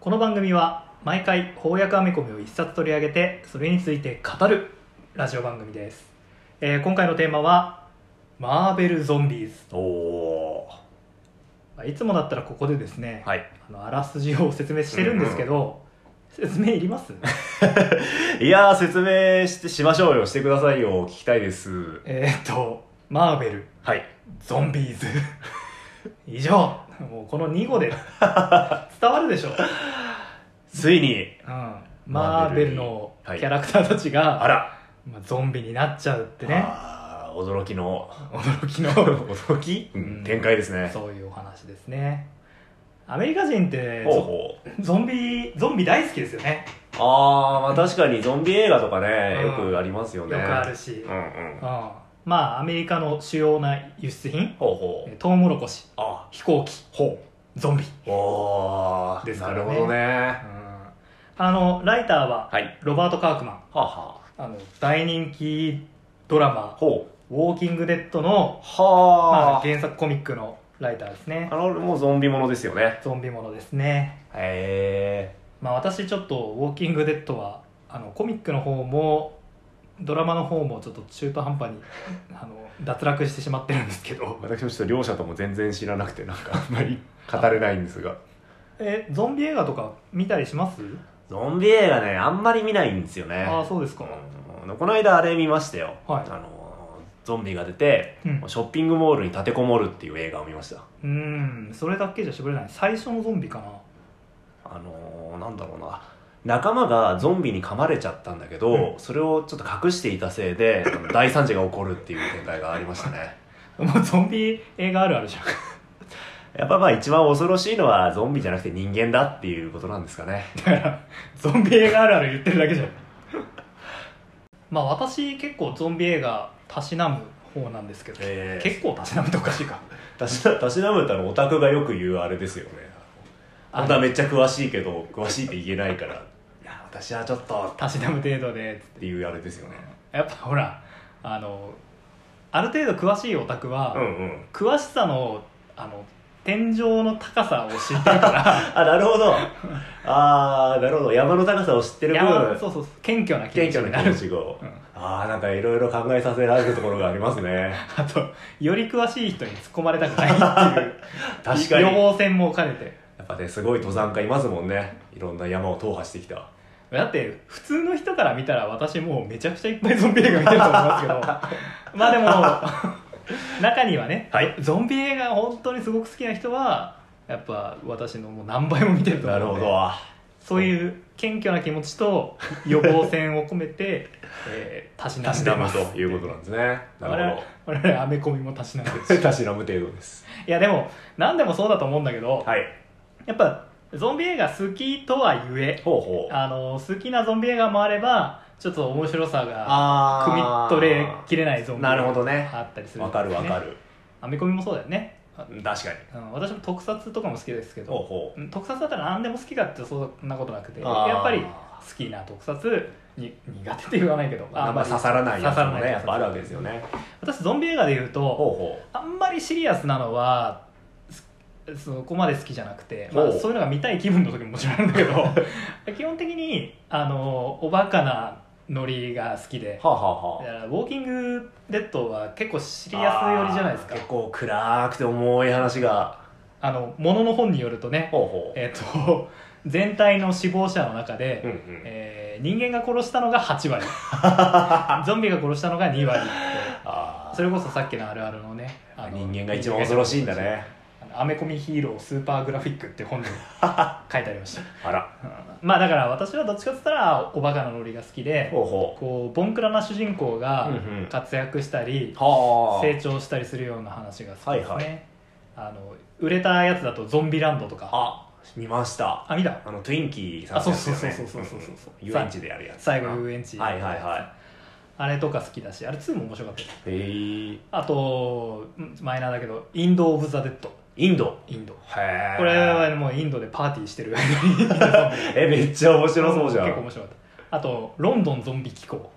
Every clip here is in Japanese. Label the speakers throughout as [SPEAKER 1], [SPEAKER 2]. [SPEAKER 1] この番組は毎回翻訳アメコミを一冊取り上げてそれについて語るラジオ番組です、えー今回のテーマはマーベルゾンビーズ
[SPEAKER 2] おお
[SPEAKER 1] まあいつもだったらここでですね、
[SPEAKER 2] はい
[SPEAKER 1] あのあらすじを説明してるんですけど、説明いります
[SPEAKER 2] いやー説明してしましょうよしてくださいよ聞きたいです
[SPEAKER 1] えーっとマーベル
[SPEAKER 2] はい
[SPEAKER 1] ゾンビ ーズ以上もうこの2語で伝わるでしょ、うん、
[SPEAKER 2] ついに
[SPEAKER 1] マ
[SPEAKER 2] マ
[SPEAKER 1] ー
[SPEAKER 2] ー
[SPEAKER 1] ベ
[SPEAKER 2] ベ
[SPEAKER 1] ル
[SPEAKER 2] ルに
[SPEAKER 1] のキ
[SPEAKER 2] はい
[SPEAKER 1] ャラクターたちが、
[SPEAKER 2] あら
[SPEAKER 1] まあ、ゾンビになっちゃうってね
[SPEAKER 2] あー驚きの
[SPEAKER 1] 驚きの
[SPEAKER 2] 驚き、うん
[SPEAKER 1] うん
[SPEAKER 2] 展開ですね
[SPEAKER 1] そういうお話ですねアメリカ人って
[SPEAKER 2] ほうほう
[SPEAKER 1] ゾンビゾンビ大好きですよね
[SPEAKER 2] あーまあ確かにゾンビ映画とかね、
[SPEAKER 1] うん
[SPEAKER 2] よくありますよ
[SPEAKER 1] よ
[SPEAKER 2] ね
[SPEAKER 1] くあるし、
[SPEAKER 2] うんうん
[SPEAKER 1] うんまあアメリカの主要な輸出品
[SPEAKER 2] ほうほう
[SPEAKER 1] えトウモロコシ
[SPEAKER 2] あ
[SPEAKER 1] 飛行機
[SPEAKER 2] ほ
[SPEAKER 1] ゾンビ、
[SPEAKER 2] うおー
[SPEAKER 1] ですか
[SPEAKER 2] な
[SPEAKER 1] らね
[SPEAKER 2] るほどね
[SPEAKER 1] あのライターは
[SPEAKER 2] はい
[SPEAKER 1] ロバート・カークマン
[SPEAKER 2] はあは
[SPEAKER 1] あの大人気ドラ
[SPEAKER 2] あ
[SPEAKER 1] マ
[SPEAKER 2] ほ
[SPEAKER 1] 「
[SPEAKER 2] う
[SPEAKER 1] ウォーキング・デッドの」ま
[SPEAKER 2] は
[SPEAKER 1] あ、
[SPEAKER 2] あ、
[SPEAKER 1] 原作コミックのライターですね
[SPEAKER 2] あのもうゾンビものですよね
[SPEAKER 1] ゾンビものですね
[SPEAKER 2] へ
[SPEAKER 1] まあ私ちょっと「ウォーキング・デッドは」あのコミックの方もドラマの方もちょっと中途半端に あの脱落してしまってるんですけ
[SPEAKER 2] え
[SPEAKER 1] ど
[SPEAKER 2] 私もちょっと両者とも全然知らなくてなんかあんまり語れないんですが
[SPEAKER 1] えゾンビ映画とか見たりします、
[SPEAKER 2] ゾンビ映画ねあんまり見ないんですよね
[SPEAKER 1] ああそうですか、
[SPEAKER 2] うんこの間あれ見ましたよ、
[SPEAKER 1] はい
[SPEAKER 2] あのゾンビが出て
[SPEAKER 1] うん
[SPEAKER 2] ショッピングモールに立てこもるっていう映画を見ました
[SPEAKER 1] うんそれだけじゃ絞れない最初のゾンビかな
[SPEAKER 2] あのーなんだろうな仲間がゾンビに噛まれちゃったんだけど、それをちょっと隠していたせいであの大惨事が起こるっていう展開がありました ね
[SPEAKER 1] もうゾンビ映画あるあるじゃん
[SPEAKER 2] やっぱまあ一番恐ろしいのはゾンビじゃなくて人間だっていうことなんですかね
[SPEAKER 1] だから ゾンビ映画あるある言ってるだけじゃん まあ私結構ゾンビ映画たしなむ方なんですけど、
[SPEAKER 2] え
[SPEAKER 1] 結構たしなむっておかしいか
[SPEAKER 2] たした しなむってあのオタクがよく言うあれですよねあんためっちゃ詳しいけど詳しいって言えないからいや私はちょっと
[SPEAKER 1] たしなむ程度で
[SPEAKER 2] っていうあれですよね
[SPEAKER 1] やっぱほらあのある程度詳しいオタクは、
[SPEAKER 2] うんうん
[SPEAKER 1] 詳しさのあの天井の高さを知ってる から
[SPEAKER 2] あなるほどああなるほど山の高さを知ってる
[SPEAKER 1] 山
[SPEAKER 2] 分
[SPEAKER 1] そうそうそう謙虚な気持
[SPEAKER 2] 謙
[SPEAKER 1] ち
[SPEAKER 2] 虚
[SPEAKER 1] に
[SPEAKER 2] な
[SPEAKER 1] な
[SPEAKER 2] 気
[SPEAKER 1] る
[SPEAKER 2] 持ちを、
[SPEAKER 1] うん
[SPEAKER 2] ああなんかいろいろ考えさせられるところがありますね
[SPEAKER 1] あとより詳しい人に突っ込まれたくないっていう
[SPEAKER 2] 確か
[SPEAKER 1] 予
[SPEAKER 2] にや
[SPEAKER 1] 防線も兼ねて
[SPEAKER 2] っぱねすごい登山家いますもんねいろんな山を踏破してきた
[SPEAKER 1] だって普通の人から見たら私もうめちゃくちゃいっぱいゾンビ映画見てると思いますけど まあでも中にはね、
[SPEAKER 2] はい
[SPEAKER 1] ゾンビ映画本当にすごく好きな人はやっぱ私のもう何倍も見てると思
[SPEAKER 2] な
[SPEAKER 1] う
[SPEAKER 2] る
[SPEAKER 1] の
[SPEAKER 2] ほ
[SPEAKER 1] で
[SPEAKER 2] ど
[SPEAKER 1] そういう謙虚な気持ちと予防線を込めて、 えー、たしな
[SPEAKER 2] た
[SPEAKER 1] ん
[SPEAKER 2] し
[SPEAKER 1] で
[SPEAKER 2] なむ
[SPEAKER 1] ます
[SPEAKER 2] ということなんですねな
[SPEAKER 1] 我
[SPEAKER 2] る
[SPEAKER 1] 々
[SPEAKER 2] ほ
[SPEAKER 1] 我々アメコミもたしなん で
[SPEAKER 2] どたしなむ程度です
[SPEAKER 1] いやでも何でもそうだと思うんだけど、
[SPEAKER 2] はい
[SPEAKER 1] やっぱゾンビ映画好きとはゆえ
[SPEAKER 2] ほうほう
[SPEAKER 1] あの好きなゾンビ映画もあればちょっと面白さが汲み
[SPEAKER 2] あ
[SPEAKER 1] 取れきれないゾンビ
[SPEAKER 2] なるほどね
[SPEAKER 1] あったりする
[SPEAKER 2] わかるわかる
[SPEAKER 1] 編み込みもそうだよね、
[SPEAKER 2] 確かに
[SPEAKER 1] うん、私も特撮とかも好きですけ
[SPEAKER 2] ほう
[SPEAKER 1] ど
[SPEAKER 2] ほ
[SPEAKER 1] うん特撮だったら何でも好きかってそんなことなくて
[SPEAKER 2] うあー
[SPEAKER 1] やっぱり好きな特撮に苦手って言わないけど
[SPEAKER 2] あんま
[SPEAKER 1] ま
[SPEAKER 2] り刺さらない
[SPEAKER 1] 刺
[SPEAKER 2] やつ
[SPEAKER 1] さら
[SPEAKER 2] も
[SPEAKER 1] ない
[SPEAKER 2] ねやっぱあるわ
[SPEAKER 1] 特
[SPEAKER 2] け
[SPEAKER 1] 撮
[SPEAKER 2] ですよね
[SPEAKER 1] 私ゾンビ映画で言う
[SPEAKER 2] ほう
[SPEAKER 1] と
[SPEAKER 2] ほ
[SPEAKER 1] あんまりシリアスなのはすそこまで好きじゃなくて、まあ、
[SPEAKER 2] ほう
[SPEAKER 1] そういうのが見たい気分の時ももちろんあるんだけど 基本的にあのおバカなノリが好きで
[SPEAKER 2] うはあはあ
[SPEAKER 1] だ
[SPEAKER 2] は
[SPEAKER 1] か
[SPEAKER 2] あ
[SPEAKER 1] らウォーキングデッドは結構シリアス寄りじゃないですか
[SPEAKER 2] あー結構暗くて重い話が
[SPEAKER 1] あのものの本によるとね
[SPEAKER 2] ほうほう
[SPEAKER 1] えっ、と全体の死亡者の中で、
[SPEAKER 2] うんうん
[SPEAKER 1] えー人間が殺したのが8割 ゾンビが殺したのが2割って
[SPEAKER 2] あ
[SPEAKER 1] それこそさっきのあるあるのねあ
[SPEAKER 2] あ
[SPEAKER 1] の
[SPEAKER 2] 人間が一番恐ろしいんだね
[SPEAKER 1] あのアメコミヒーロースーパーグラフィックって本で書いてありました
[SPEAKER 2] あら
[SPEAKER 1] うんまあだから私はどっちかって言ったらおバカなノリが好きで
[SPEAKER 2] ほうほ
[SPEAKER 1] こうボンクラな主人公
[SPEAKER 2] う
[SPEAKER 1] が
[SPEAKER 2] んうん
[SPEAKER 1] 活躍したり
[SPEAKER 2] はあ
[SPEAKER 1] 成長したりするような話が好きですね、
[SPEAKER 2] はいは
[SPEAKER 1] あの売れたやつだとゾンビランドとか
[SPEAKER 2] あ見ました
[SPEAKER 1] あ見た
[SPEAKER 2] あのトゥインキーさんのやつだよ
[SPEAKER 1] あ
[SPEAKER 2] ね
[SPEAKER 1] そうそうそうそうそうそう
[SPEAKER 2] うんうん遊園地でやるやつ
[SPEAKER 1] 最後遊園地
[SPEAKER 2] はいはいは
[SPEAKER 1] あれとか好きだしあれ2も面白かったです
[SPEAKER 2] いへえ
[SPEAKER 1] あとんマイナーだけどインド・オブ・ザ・デッド
[SPEAKER 2] インド
[SPEAKER 1] インド
[SPEAKER 2] へえ
[SPEAKER 1] これはもうインドでパーティー してる面
[SPEAKER 2] えめっちゃ面白そうじゃ
[SPEAKER 1] 結構
[SPEAKER 2] ん
[SPEAKER 1] 面白かったあとロンドンゾンビ機構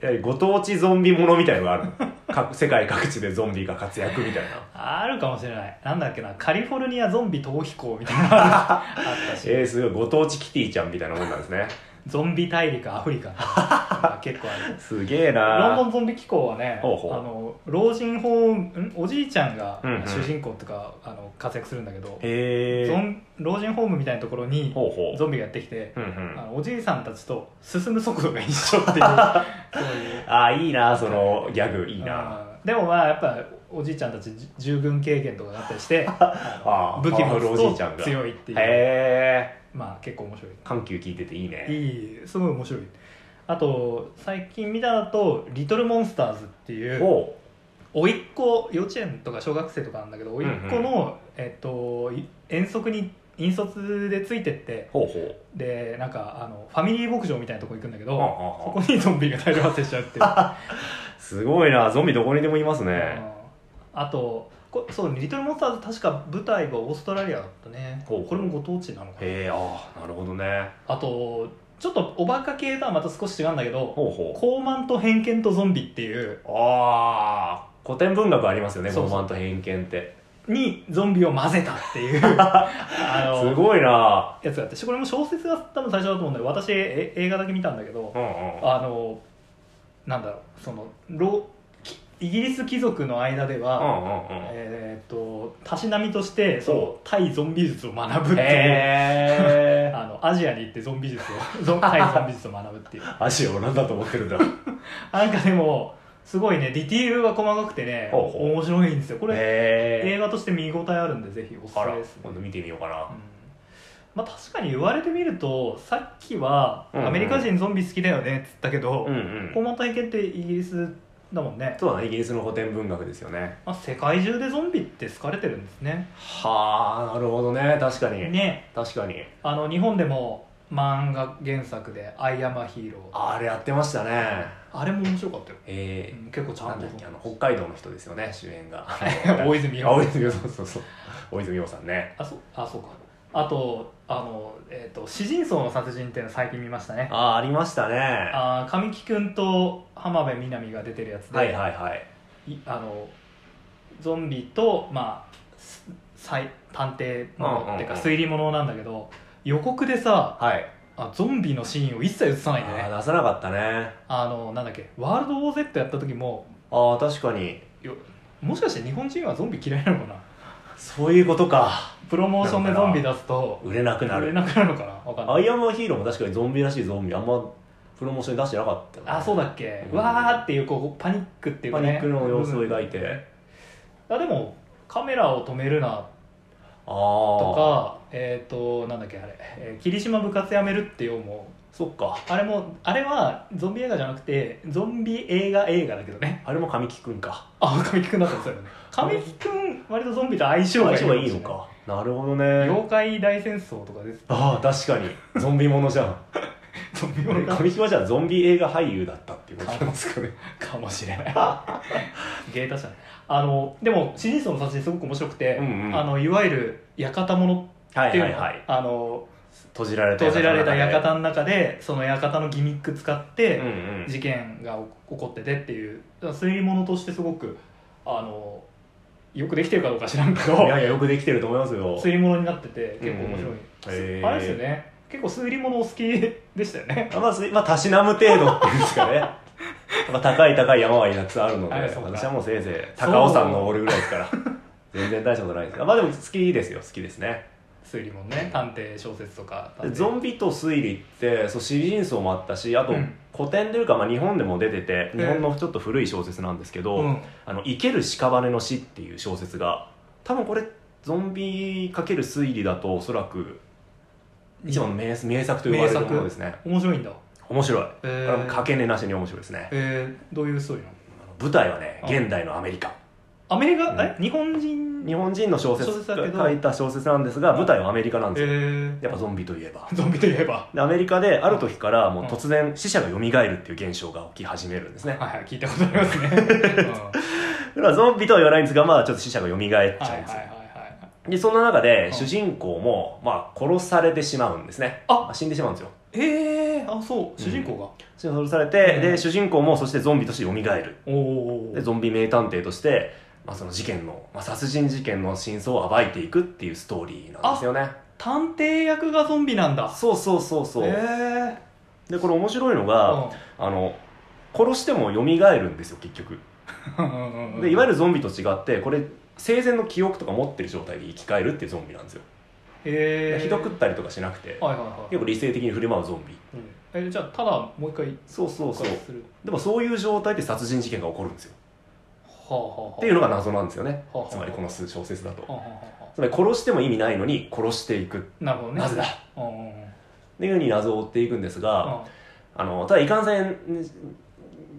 [SPEAKER 2] えご当地ゾンビものみたいなのがあるの 各世界各地でゾンビが活躍みたいな
[SPEAKER 1] あるかもしれないなんだっけなカリフォルニアゾンビ逃避行み たいなのあったし
[SPEAKER 2] えー、すごいご当地キティちゃんみたいなもんなんですね
[SPEAKER 1] ゾンビ大陸アフリカあ結構ある
[SPEAKER 2] すげえ
[SPEAKER 1] ロン
[SPEAKER 2] な
[SPEAKER 1] ドンゾンビ機構はね
[SPEAKER 2] ほうほう
[SPEAKER 1] あの老人ホームんおじいちゃんが
[SPEAKER 2] うんうん
[SPEAKER 1] 主人公とか、あの活躍するんだけど、
[SPEAKER 2] へえ
[SPEAKER 1] ゾン老人ホームみたいなところに
[SPEAKER 2] ほうほう
[SPEAKER 1] ゾンビがやってきて、
[SPEAKER 2] うんうん
[SPEAKER 1] あのおじいさんたちと進む速度が一緒っていう そういう
[SPEAKER 2] ああいいなそのギャグいいな
[SPEAKER 1] うんでもまあやっぱおじいちゃんたちじ従軍経験とかがあったりして あの
[SPEAKER 2] あー
[SPEAKER 1] 武器
[SPEAKER 2] パワフル
[SPEAKER 1] 持
[SPEAKER 2] おじい
[SPEAKER 1] つ
[SPEAKER 2] ちゃん
[SPEAKER 1] と
[SPEAKER 2] が
[SPEAKER 1] 強いって
[SPEAKER 2] へ
[SPEAKER 1] いう
[SPEAKER 2] え
[SPEAKER 1] まあ結構面白い
[SPEAKER 2] 緩急聞いてていいね
[SPEAKER 1] いいすごい面白いあと最近見たのだと「リトルモンスターズ」っていう
[SPEAKER 2] おう
[SPEAKER 1] 甥っ子幼稚園とか小学生とかなんだけど甥っ子の、えっと、い遠足に引率でついてって
[SPEAKER 2] ほうほう
[SPEAKER 1] でなんかあのファミリー牧場みたいなとこ行くんだけど、
[SPEAKER 2] はあはあ
[SPEAKER 1] そ
[SPEAKER 2] はあ
[SPEAKER 1] こにゾンビが大量発生しちゃう っていうあ
[SPEAKER 2] すごいなゾンビどこにでもいますね
[SPEAKER 1] のあとこそうリトルモンスターズ確か舞台はオーストラリアだったね
[SPEAKER 2] ほうほう
[SPEAKER 1] これもご当地なのかな
[SPEAKER 2] へえああなるほどね
[SPEAKER 1] あとちょっとおバカ系とはまた少し違うんだけど
[SPEAKER 2] ほうほう
[SPEAKER 1] 高慢と偏見とゾンビっていう
[SPEAKER 2] ああ古典文学ありますよね
[SPEAKER 1] そう
[SPEAKER 2] 傲
[SPEAKER 1] そう
[SPEAKER 2] 慢と偏見って
[SPEAKER 1] にゾンビを混ぜたって いうあ
[SPEAKER 2] す
[SPEAKER 1] の
[SPEAKER 2] ごいな
[SPEAKER 1] やつがあってこれも小説が多分最初だと思うんだけど私え映画だけ見たんだけど
[SPEAKER 2] うんうん
[SPEAKER 1] あのなんだろうそのロきイギリス貴族の間で
[SPEAKER 2] う
[SPEAKER 1] は、
[SPEAKER 2] んうんうん
[SPEAKER 1] えーっとたしなみとしてそ
[SPEAKER 2] ほ
[SPEAKER 1] の対ゾンビ術を学ぶっていう
[SPEAKER 2] へえ
[SPEAKER 1] あのアジアに行ってゾンビ術 をゾン対ゾンビ術を学ぶっていう
[SPEAKER 2] 足を何だと思ってるんだ
[SPEAKER 1] なんかでもすごいねディティールが細かくてね
[SPEAKER 2] ほうほう
[SPEAKER 1] 面白いんですよこれ映
[SPEAKER 2] へえ
[SPEAKER 1] 画として見応えあるんでぜひおすす
[SPEAKER 2] あ
[SPEAKER 1] め
[SPEAKER 2] ら
[SPEAKER 1] ですね
[SPEAKER 2] 今度見てみようか
[SPEAKER 1] う
[SPEAKER 2] なん
[SPEAKER 1] まあ確かに言われてみるとさっきは
[SPEAKER 2] うんうん
[SPEAKER 1] アメリカ人ゾンビ好きだよねっつったけど、
[SPEAKER 2] うんう
[SPEAKER 1] こ
[SPEAKER 2] ん
[SPEAKER 1] の体験ってイギリスだもんね、
[SPEAKER 2] そうだねイギリスの古典文学ですよね
[SPEAKER 1] まあ、世界中でゾンビって好かれてるんですね
[SPEAKER 2] はあなるほどね確かに
[SPEAKER 1] ね
[SPEAKER 2] 確かに
[SPEAKER 1] あの日本でも漫画原作で「アイアマヒーロー」
[SPEAKER 2] あれやってましたね
[SPEAKER 1] あれも面白かったよ、
[SPEAKER 2] え
[SPEAKER 1] うん結構ち
[SPEAKER 2] ー
[SPEAKER 1] ゃ
[SPEAKER 2] なんん
[SPEAKER 1] と
[SPEAKER 2] だっけあの北海道の人ですよね主演が
[SPEAKER 1] 大泉洋
[SPEAKER 2] あ大泉洋そうそうそう大泉洋さんね
[SPEAKER 1] あそうあそうかあとあの、えーと「詩人層の殺人」っていうの最近見ましたね
[SPEAKER 2] ああありましたねは
[SPEAKER 1] あー神木君と浜辺美波が出てるやつ
[SPEAKER 2] い
[SPEAKER 1] で、
[SPEAKER 2] はいはい
[SPEAKER 1] いあのゾンビと、まあす最探偵もの、
[SPEAKER 2] うんうんうん
[SPEAKER 1] っていうか推理ものなんだけど予告でさ
[SPEAKER 2] はい
[SPEAKER 1] あゾンビのシーンを一切映さないで
[SPEAKER 2] あ
[SPEAKER 1] ね
[SPEAKER 2] ー出さなかったね
[SPEAKER 1] あのなんだっけワールド・ウォー・ゼットやった時も
[SPEAKER 2] ああ確かに
[SPEAKER 1] よもしかして日本人はゾンビ嫌いなのかな
[SPEAKER 2] そういうことか
[SPEAKER 1] プロモーションでゾンビ出すと
[SPEAKER 2] 売れなくな
[SPEAKER 1] 売れ
[SPEAKER 2] る
[SPEAKER 1] なくなるのかなわかんない
[SPEAKER 2] アイアムヒーローも確かにゾンビらしいゾンビあんまプロモーションに出してなかったよね
[SPEAKER 1] あそうだっけ、
[SPEAKER 2] うん
[SPEAKER 1] わーっていうこうパニックっていうか、
[SPEAKER 2] パ
[SPEAKER 1] ね、
[SPEAKER 2] ニックの様子を描いて、
[SPEAKER 1] あでもカメラを止めるな
[SPEAKER 2] あ
[SPEAKER 1] と
[SPEAKER 2] あ
[SPEAKER 1] かえっ、となんだっけあれ、えー霧島部活やめるってよも
[SPEAKER 2] そっか
[SPEAKER 1] うあれもあれはゾンビ映画じゃなくてゾンビ映画映画だけどね
[SPEAKER 2] あれも神木くんか
[SPEAKER 1] あ神木君だったんですよね神木君割とゾンビと相性がい
[SPEAKER 2] 相
[SPEAKER 1] い
[SPEAKER 2] 性がいいのかなるほどね
[SPEAKER 1] 妖怪大戦争とかです
[SPEAKER 2] ああ確かにゾンビものじ ゃん
[SPEAKER 1] ゾンビものか
[SPEAKER 2] 神木はじゃあゾンビ映画俳優だったっていう ことなんですかね
[SPEAKER 1] かもしれない 芸達者あのでも「シリーズの殺人」すごく面白くて、
[SPEAKER 2] うんうん
[SPEAKER 1] あのいわゆる館もの
[SPEAKER 2] は
[SPEAKER 1] っ
[SPEAKER 2] い
[SPEAKER 1] ていう
[SPEAKER 2] は
[SPEAKER 1] の、
[SPEAKER 2] いはい
[SPEAKER 1] あの
[SPEAKER 2] 閉じられた
[SPEAKER 1] 閉じられた
[SPEAKER 2] 館
[SPEAKER 1] 館の中でその館のギミック使って、
[SPEAKER 2] うんうん
[SPEAKER 1] 事件が起こっててっていう推理物としてすごくあのよくできてるかどうか知らんけど
[SPEAKER 2] いやいやよくできてると思いますよ
[SPEAKER 1] 推理物になってて結構面
[SPEAKER 2] うん
[SPEAKER 1] 白い、
[SPEAKER 2] へー
[SPEAKER 1] あれですよね結構推理物お好きでしたよね
[SPEAKER 2] あまあ、すまあ、たしなむ程度っていうんですか ね。まあ、高い高い山はたくさんあるので、
[SPEAKER 1] あそうか
[SPEAKER 2] 私はもうせいぜい高尾山登るぐらいですから、全然大したことないですが、まあでも好きですよ、好きですね。
[SPEAKER 1] 推理物ね探偵小説とか探偵
[SPEAKER 2] ゾンビと推理って、そう、詩人層もあったし、あと
[SPEAKER 1] うん
[SPEAKER 2] 古典というか、まあ日本でも出てて、
[SPEAKER 1] うん
[SPEAKER 2] 日本のちょっと古い小説なんですけど、
[SPEAKER 1] うん
[SPEAKER 2] あの、生ける屍の死っていう小説が、多分これ、ゾンビかける推理だと、おそらく、一番の名名作と呼ばれるものですね。
[SPEAKER 1] 面白いんだ
[SPEAKER 2] 面白い。
[SPEAKER 1] え
[SPEAKER 2] これはもう
[SPEAKER 1] ー
[SPEAKER 2] かけねなしに面白いですね。
[SPEAKER 1] えーどういう推理なの
[SPEAKER 2] 舞台はね
[SPEAKER 1] あ
[SPEAKER 2] 現代のアメリカ
[SPEAKER 1] アメリカ、
[SPEAKER 2] うん
[SPEAKER 1] え日本人
[SPEAKER 2] 日本人の小説
[SPEAKER 1] 小説だけど
[SPEAKER 2] 書いた小説なんですが舞台はアメリカなん
[SPEAKER 1] え
[SPEAKER 2] ですよ、
[SPEAKER 1] ー
[SPEAKER 2] やっぱゾンビといえば
[SPEAKER 1] ゾンビといえば
[SPEAKER 2] でアメリカである時からもう
[SPEAKER 1] うん
[SPEAKER 2] 突然死者が蘇るっていう現象が起き始めるんですね
[SPEAKER 1] はいはい聞いたことあります ね、うん
[SPEAKER 2] だからゾンビとは言わないんですがまあちょっと死者が蘇っちゃうんですよ、
[SPEAKER 1] はいはいはいはい
[SPEAKER 2] でそんな中で
[SPEAKER 1] うん
[SPEAKER 2] 主人公もまあ殺されてしまうんですね
[SPEAKER 1] あ
[SPEAKER 2] 死んでしまうんですよ
[SPEAKER 1] ええー、あそう主人公が、
[SPEAKER 2] 殺されて、
[SPEAKER 1] うん
[SPEAKER 2] で主人公もそしてゾンビとして蘇る
[SPEAKER 1] おお
[SPEAKER 2] でゾンビ名探偵として、まあ、その事件の、まあ、殺人事件の真相を暴いていくっていうストーリーなんですよね
[SPEAKER 1] 探偵役がゾンビなんだ
[SPEAKER 2] そうそうそうそう、
[SPEAKER 1] ええ
[SPEAKER 2] でこれ面白いのが、あの殺しても蘇るんですよ結局
[SPEAKER 1] うん、
[SPEAKER 2] でいわゆ
[SPEAKER 1] る
[SPEAKER 2] るゾンビと違ってこれ生前の記憶とか持ってる状態で生き返るっていうゾンビなんですよ、
[SPEAKER 1] ええー、
[SPEAKER 2] ひどくったりとかしなくて
[SPEAKER 1] はいはいはい
[SPEAKER 2] 結構理性的に振る舞うゾンビ
[SPEAKER 1] えじゃあただもう一回
[SPEAKER 2] そうそうそう
[SPEAKER 1] する
[SPEAKER 2] でもそういう状態で殺人事件が起こるんですよ
[SPEAKER 1] はあはあはあ
[SPEAKER 2] っていうのが謎なんですよね
[SPEAKER 1] はあはあ
[SPEAKER 2] つまりこの小説だと
[SPEAKER 1] はあはあはあは
[SPEAKER 2] つまり殺しても意味ないのに殺していくっ
[SPEAKER 1] あなるほどね
[SPEAKER 2] なぜだっ
[SPEAKER 1] うんうんうんうん
[SPEAKER 2] ていうふうに謎を追っていくんですが、あのただいかんせん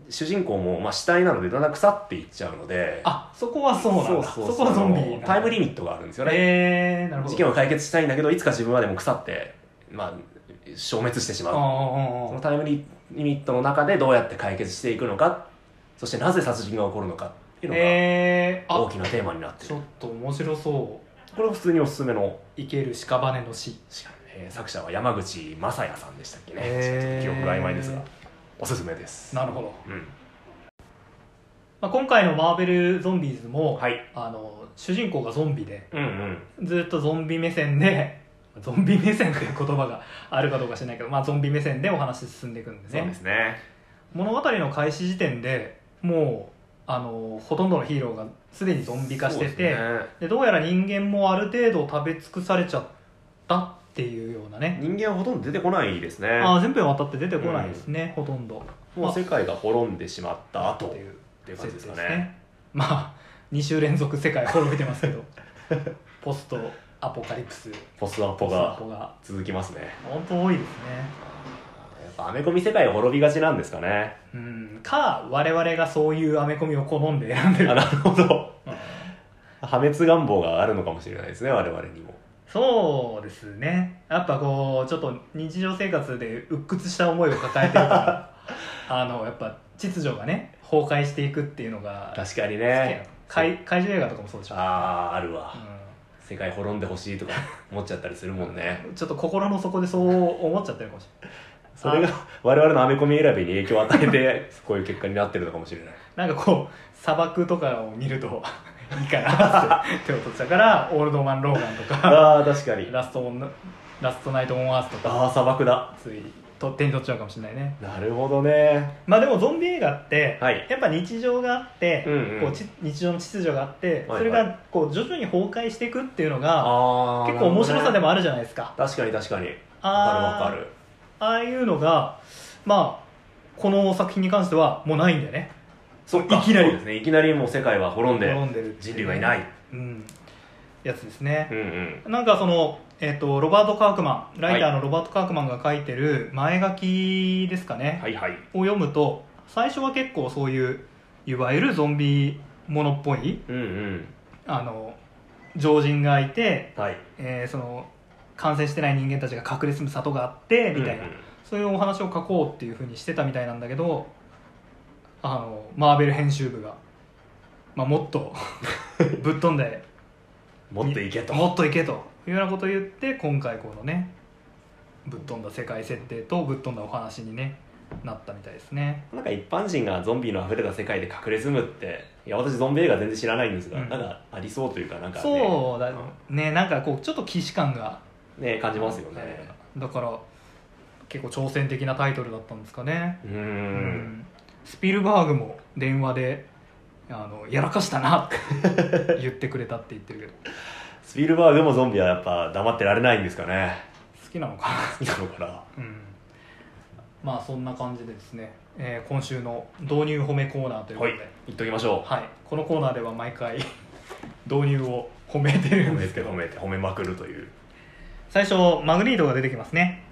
[SPEAKER 2] 主人公も、まあ、死体なのでだんだん腐っていっちゃうので
[SPEAKER 1] あそこはそうなんだそこはゾンビなん
[SPEAKER 2] あの
[SPEAKER 1] だ
[SPEAKER 2] タイムリミットがあるんですよね、
[SPEAKER 1] えー、なるほど
[SPEAKER 2] 事件を解決したいんだけどいつか自分はでも腐って、まあ、消滅してしまうその
[SPEAKER 1] あ
[SPEAKER 2] タイムリミットの中でどうやって解決していくのかそしてなぜ殺人が起こるのかっていう
[SPEAKER 1] ー
[SPEAKER 2] のが
[SPEAKER 1] えー、
[SPEAKER 2] 大
[SPEAKER 1] あ
[SPEAKER 2] きなテーマになって
[SPEAKER 1] ち
[SPEAKER 2] る、
[SPEAKER 1] ょっと面白そ
[SPEAKER 2] これは普通におすすめの、
[SPEAKER 1] ういける屍の死
[SPEAKER 2] えー作者は山口正也さんでしたっけね、
[SPEAKER 1] へー
[SPEAKER 2] ちょっと記憶が曖昧ですがおすすめです
[SPEAKER 1] なるほど、
[SPEAKER 2] うん
[SPEAKER 1] まあ、今回のマーベルゾンビーズも、
[SPEAKER 2] はい
[SPEAKER 1] あの主人公がゾンビで
[SPEAKER 2] うんうん
[SPEAKER 1] ずっとゾンビ目線で ゾンビ目線という言葉があるかどうか知らないけど、まあ、ゾンビ目線でお話進んでいくんです
[SPEAKER 2] そう
[SPEAKER 1] ね
[SPEAKER 2] ですね
[SPEAKER 1] 物語の開始時点でもうあのほとんどのヒーローがすでにゾンビ化して
[SPEAKER 2] そう
[SPEAKER 1] て
[SPEAKER 2] で
[SPEAKER 1] で、
[SPEAKER 2] すね
[SPEAKER 1] どうやら人間もある程度食べ尽くされちゃったっていうようなね、
[SPEAKER 2] 人間はほとんど出てこないですね
[SPEAKER 1] ああ全編渡って出てこないですね、ほとんど
[SPEAKER 2] もう世界が滅んでしまった後っ
[SPEAKER 1] ってて
[SPEAKER 2] い
[SPEAKER 1] いうう
[SPEAKER 2] 感じですかね
[SPEAKER 1] まあ2週連続世界滅びてますけ どポストアポカリプス
[SPEAKER 2] ポスアポ
[SPEAKER 1] ポスア
[SPEAKER 2] が
[SPEAKER 1] ポが
[SPEAKER 2] 続きますね
[SPEAKER 1] 本当多いですね
[SPEAKER 2] やっぱアメコミ世界は滅びがちなんですか ね
[SPEAKER 1] うんか我々がそういうアメコミを好んで選んで
[SPEAKER 2] あ
[SPEAKER 1] る、
[SPEAKER 2] なるほど
[SPEAKER 1] うん
[SPEAKER 2] 破滅願望があるのかもしれないですね我々にも
[SPEAKER 1] そうですねやっぱこうちょっと日常生活で鬱屈した思いを抱えてるから あのやっぱ秩序がね崩壊していくっていうのが
[SPEAKER 2] 確かに
[SPEAKER 1] 好きなの
[SPEAKER 2] ね
[SPEAKER 1] 怪怪獣映画とかもそうでしょ、
[SPEAKER 2] ああーあるわ
[SPEAKER 1] う
[SPEAKER 2] 世界滅んでほしいとか 思っちゃったりするもんね
[SPEAKER 1] ん、ちょっと心の底でそう思っちゃってるかもしれない
[SPEAKER 2] それが我々のアメコミ選びに影響を与えてこういう結果になってるのかもし れない
[SPEAKER 1] なんかこう砂漠とかを見るといいかなって手を取っちゃうから オールドマン・ローガンとか
[SPEAKER 2] ああ確かに
[SPEAKER 1] ラストオンラストナイト・オン・アースとか
[SPEAKER 2] ああ砂漠だ
[SPEAKER 1] ついと手に取っちゃうかもしれないね
[SPEAKER 2] なるほどね
[SPEAKER 1] まあでもゾンビ映画って、
[SPEAKER 2] はい
[SPEAKER 1] やっぱ日常があって、
[SPEAKER 2] うんうん
[SPEAKER 1] こうち日常の秩序があって、
[SPEAKER 2] はいはい
[SPEAKER 1] それがこう徐々に崩壊していくっていうのが
[SPEAKER 2] あ
[SPEAKER 1] 結構面白さで
[SPEAKER 2] も
[SPEAKER 1] もあるじゃないですか
[SPEAKER 2] 確かに確かにわ
[SPEAKER 1] あー
[SPEAKER 2] かるわかる
[SPEAKER 1] ああいうのがまあこの作品に関してはもうないんだよね
[SPEAKER 2] そっか
[SPEAKER 1] いきなり
[SPEAKER 2] そうですねいきなりもう世界は滅んで
[SPEAKER 1] んでるってう
[SPEAKER 2] 人類はいない、
[SPEAKER 1] うん、やつですね
[SPEAKER 2] うんうん
[SPEAKER 1] なんかその、えっとロバート・カークマンライター
[SPEAKER 2] は
[SPEAKER 1] のロバート・カークマンが書いてる前書きですかね、
[SPEAKER 2] はいはい
[SPEAKER 1] を読むと最初は結構そういういわゆるゾンビものっぽい
[SPEAKER 2] うんうん
[SPEAKER 1] あの常人がいて、
[SPEAKER 2] はい
[SPEAKER 1] えーその感染してない人間たちが隠れ住む里があってみたいな、
[SPEAKER 2] うんうん
[SPEAKER 1] そういうお話を書こうっていうふうにしてたみたいなんだけどあのマーベル編集部が、まあ、もっ とぶっ飛んで
[SPEAKER 2] もっといけと
[SPEAKER 1] もっといけというようなことを言って今回このねぶっ飛んだ世界設定とぶっ飛んだお話に、ね、なったみたいですね
[SPEAKER 2] なんか一般人がゾンビの溢れた世界で隠れ住むっていや私ゾンビ映画全然知らないんですが、
[SPEAKER 1] うん
[SPEAKER 2] なんかありそうというかなんか、ね、
[SPEAKER 1] そうだねなんかこうちょっと既視感が
[SPEAKER 2] うんね感じますよね、
[SPEAKER 1] だから結構挑戦的なタイトルだったんですかね、
[SPEAKER 2] うーん
[SPEAKER 1] うんスピルバーグも電話であのやらかしたなって言ってくれたって言ってるけど 好
[SPEAKER 2] スピルバーグもゾンビはやっぱ黙ってられないんですかね
[SPEAKER 1] きなのか
[SPEAKER 2] 好きなのかな
[SPEAKER 1] な、うん、まあそんな感じでですね、えー今週の導入褒めコーナーというこ
[SPEAKER 2] は
[SPEAKER 1] と
[SPEAKER 2] い
[SPEAKER 1] で、
[SPEAKER 2] 言っときましょ
[SPEAKER 1] はい、このコーナーでは毎回 導入を褒めて
[SPEAKER 2] う
[SPEAKER 1] る
[SPEAKER 2] 褒
[SPEAKER 1] ん
[SPEAKER 2] め
[SPEAKER 1] ですけ
[SPEAKER 2] て
[SPEAKER 1] ど
[SPEAKER 2] 褒めて褒めまくるという
[SPEAKER 1] 最初マグニートが出てきますね、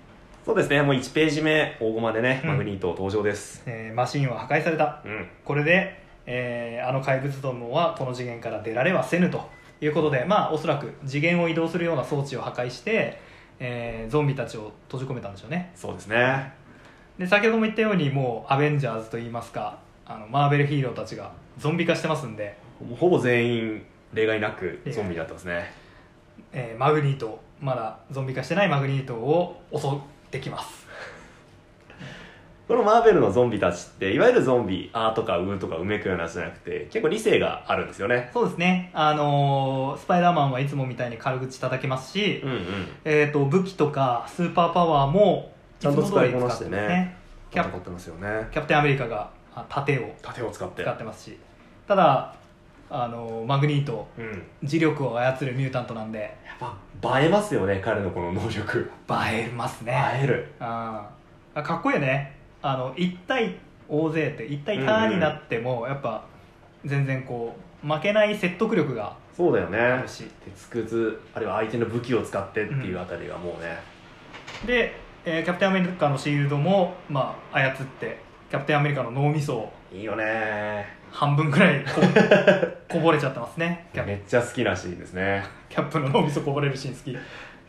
[SPEAKER 2] そうですねもう1ページ目大駒でね、
[SPEAKER 1] うん
[SPEAKER 2] マグニート登場です
[SPEAKER 1] えーマシンは破壊された
[SPEAKER 2] うん
[SPEAKER 1] これで、えーあの怪物どもはこの次元から出られはせぬということでまあおそらく次元を移動するような装置を破壊して、えーゾンビたちを閉じ込めたんでしょうね
[SPEAKER 2] そうですね
[SPEAKER 1] で先ほども言ったようにもうアベンジャーズといいますかあのマーベルヒーローたちがゾンビ化してますんで、
[SPEAKER 2] もうほぼ全員例外なくゾンビだったんですね
[SPEAKER 1] えーマグニートまだゾンビ化してないマグニートを襲ってきます
[SPEAKER 2] このマーベルのゾンビたちっていわゆるゾンビあーとかうーとかうめくようなやつじゃなくて結構理性があるんですよね
[SPEAKER 1] そうですねあのースパイダーマンはいつもみたいに軽口叩きますし、
[SPEAKER 2] うんうん
[SPEAKER 1] えー、と武器とかスーパーパワーも
[SPEAKER 2] ちゃんと使いこなして
[SPEAKER 1] つ
[SPEAKER 2] ね
[SPEAKER 1] も通り使ってますキャ
[SPEAKER 2] 戦ってますよね
[SPEAKER 1] キャプテンアメリカがあ盾を
[SPEAKER 2] 盾を使って
[SPEAKER 1] 使ってますしただあのマグニート
[SPEAKER 2] うん
[SPEAKER 1] 磁力を操るミュータントなんで
[SPEAKER 2] やっぱ映えますよね彼のこの能力
[SPEAKER 1] 映えます
[SPEAKER 2] 映
[SPEAKER 1] ね
[SPEAKER 2] える
[SPEAKER 1] ああかっこいいよねあの一対大勢って一対ターンになっても、やっぱ全然こう負けない説得力が
[SPEAKER 2] そうだよ
[SPEAKER 1] あ
[SPEAKER 2] ね
[SPEAKER 1] るし
[SPEAKER 2] 鉄くずあるいは相手の武器を使ってっていうあたりがもうね、
[SPEAKER 1] で、えーキャプテンアメリカのシールドも、まあ、操ってキャプテンアメリカの脳みそを
[SPEAKER 2] いいよね
[SPEAKER 1] 半分ぐらいこ こぼれちゃってますねキャ
[SPEAKER 2] め
[SPEAKER 1] プ
[SPEAKER 2] っちゃ好きなシーンですね
[SPEAKER 1] キャップの脳みそこぼれるシーン好き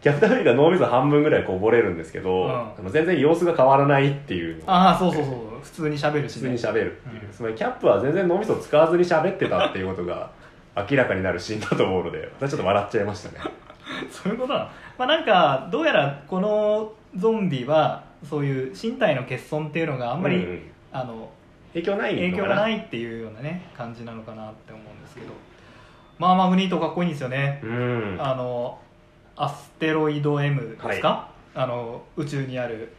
[SPEAKER 2] キャプテンアメリカ脳みそ半分ぐらいこぼれるんですけど、
[SPEAKER 1] うん
[SPEAKER 2] あの全然様子が変わらないっていうの
[SPEAKER 1] ああそうそうそう普通に喋るし
[SPEAKER 2] 普
[SPEAKER 1] ね
[SPEAKER 2] 通に喋るっていう、
[SPEAKER 1] うん
[SPEAKER 2] つまりキャップは全然脳みそ使わずに喋ってたっていうことが 明らかになるシーンだと思うので私ちょっと笑っちゃいましたね
[SPEAKER 1] そういうことなの、まあ、なんかどうやらこのゾンビはそういう身体の欠損っていうのがあ
[SPEAKER 2] あ
[SPEAKER 1] んまり、あの
[SPEAKER 2] 影響ないのか
[SPEAKER 1] 影
[SPEAKER 2] な
[SPEAKER 1] 響がないっていうようなね感じなのかなって思うんですけどまあマグニートかっこいいんですよね、
[SPEAKER 2] うん
[SPEAKER 1] あのアステロイド M ですか、あの宇宙にある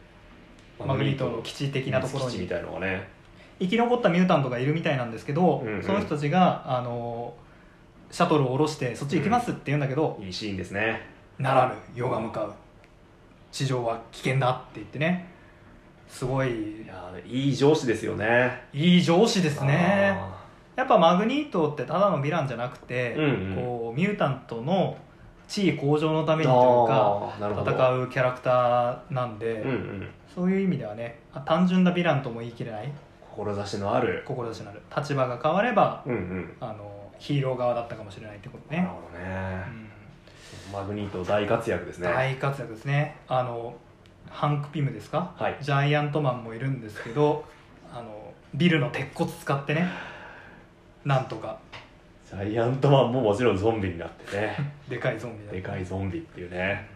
[SPEAKER 1] マグニートの基地的なところ
[SPEAKER 2] 秘密基地み
[SPEAKER 1] に
[SPEAKER 2] たいのがね
[SPEAKER 1] 生き残ったミュータントがいるみたいなんですけど、
[SPEAKER 2] うんうん
[SPEAKER 1] その人たちがあのシャトルを下ろしてそっち行きますって言うんだけど、
[SPEAKER 2] いいシーンですね
[SPEAKER 1] ならぬ世が向かう地上は危険だって言ってねすごい
[SPEAKER 2] いやーいい上司ですよね
[SPEAKER 1] いい上司ですね
[SPEAKER 2] あ
[SPEAKER 1] やっぱマグニートってただのヴィランじゃなくて、
[SPEAKER 2] うんうん
[SPEAKER 1] こうミュータントの地位向上のた
[SPEAKER 2] ー
[SPEAKER 1] めにというか
[SPEAKER 2] あーなるほど
[SPEAKER 1] 戦うキャラクターなんで、
[SPEAKER 2] うんうん
[SPEAKER 1] そういう意味ではねあ単純なヴィランとも言い切れない
[SPEAKER 2] 志のある
[SPEAKER 1] 志のある立場が変われば
[SPEAKER 2] うんうん
[SPEAKER 1] あのヒーロー側だったかもしれないってこと
[SPEAKER 2] なる
[SPEAKER 1] ね、
[SPEAKER 2] ほど
[SPEAKER 1] う
[SPEAKER 2] ね
[SPEAKER 1] ん
[SPEAKER 2] マグニート大活躍ですね
[SPEAKER 1] 大活躍ですねあのハンク・ピムですか
[SPEAKER 2] はい
[SPEAKER 1] ジャイアントマンもいるんですけどあのビルの鉄骨使ってねなんとか
[SPEAKER 2] ジャイアントマンももちろんゾンビになってね
[SPEAKER 1] でかいゾンビだ
[SPEAKER 2] でかいゾンビっていうね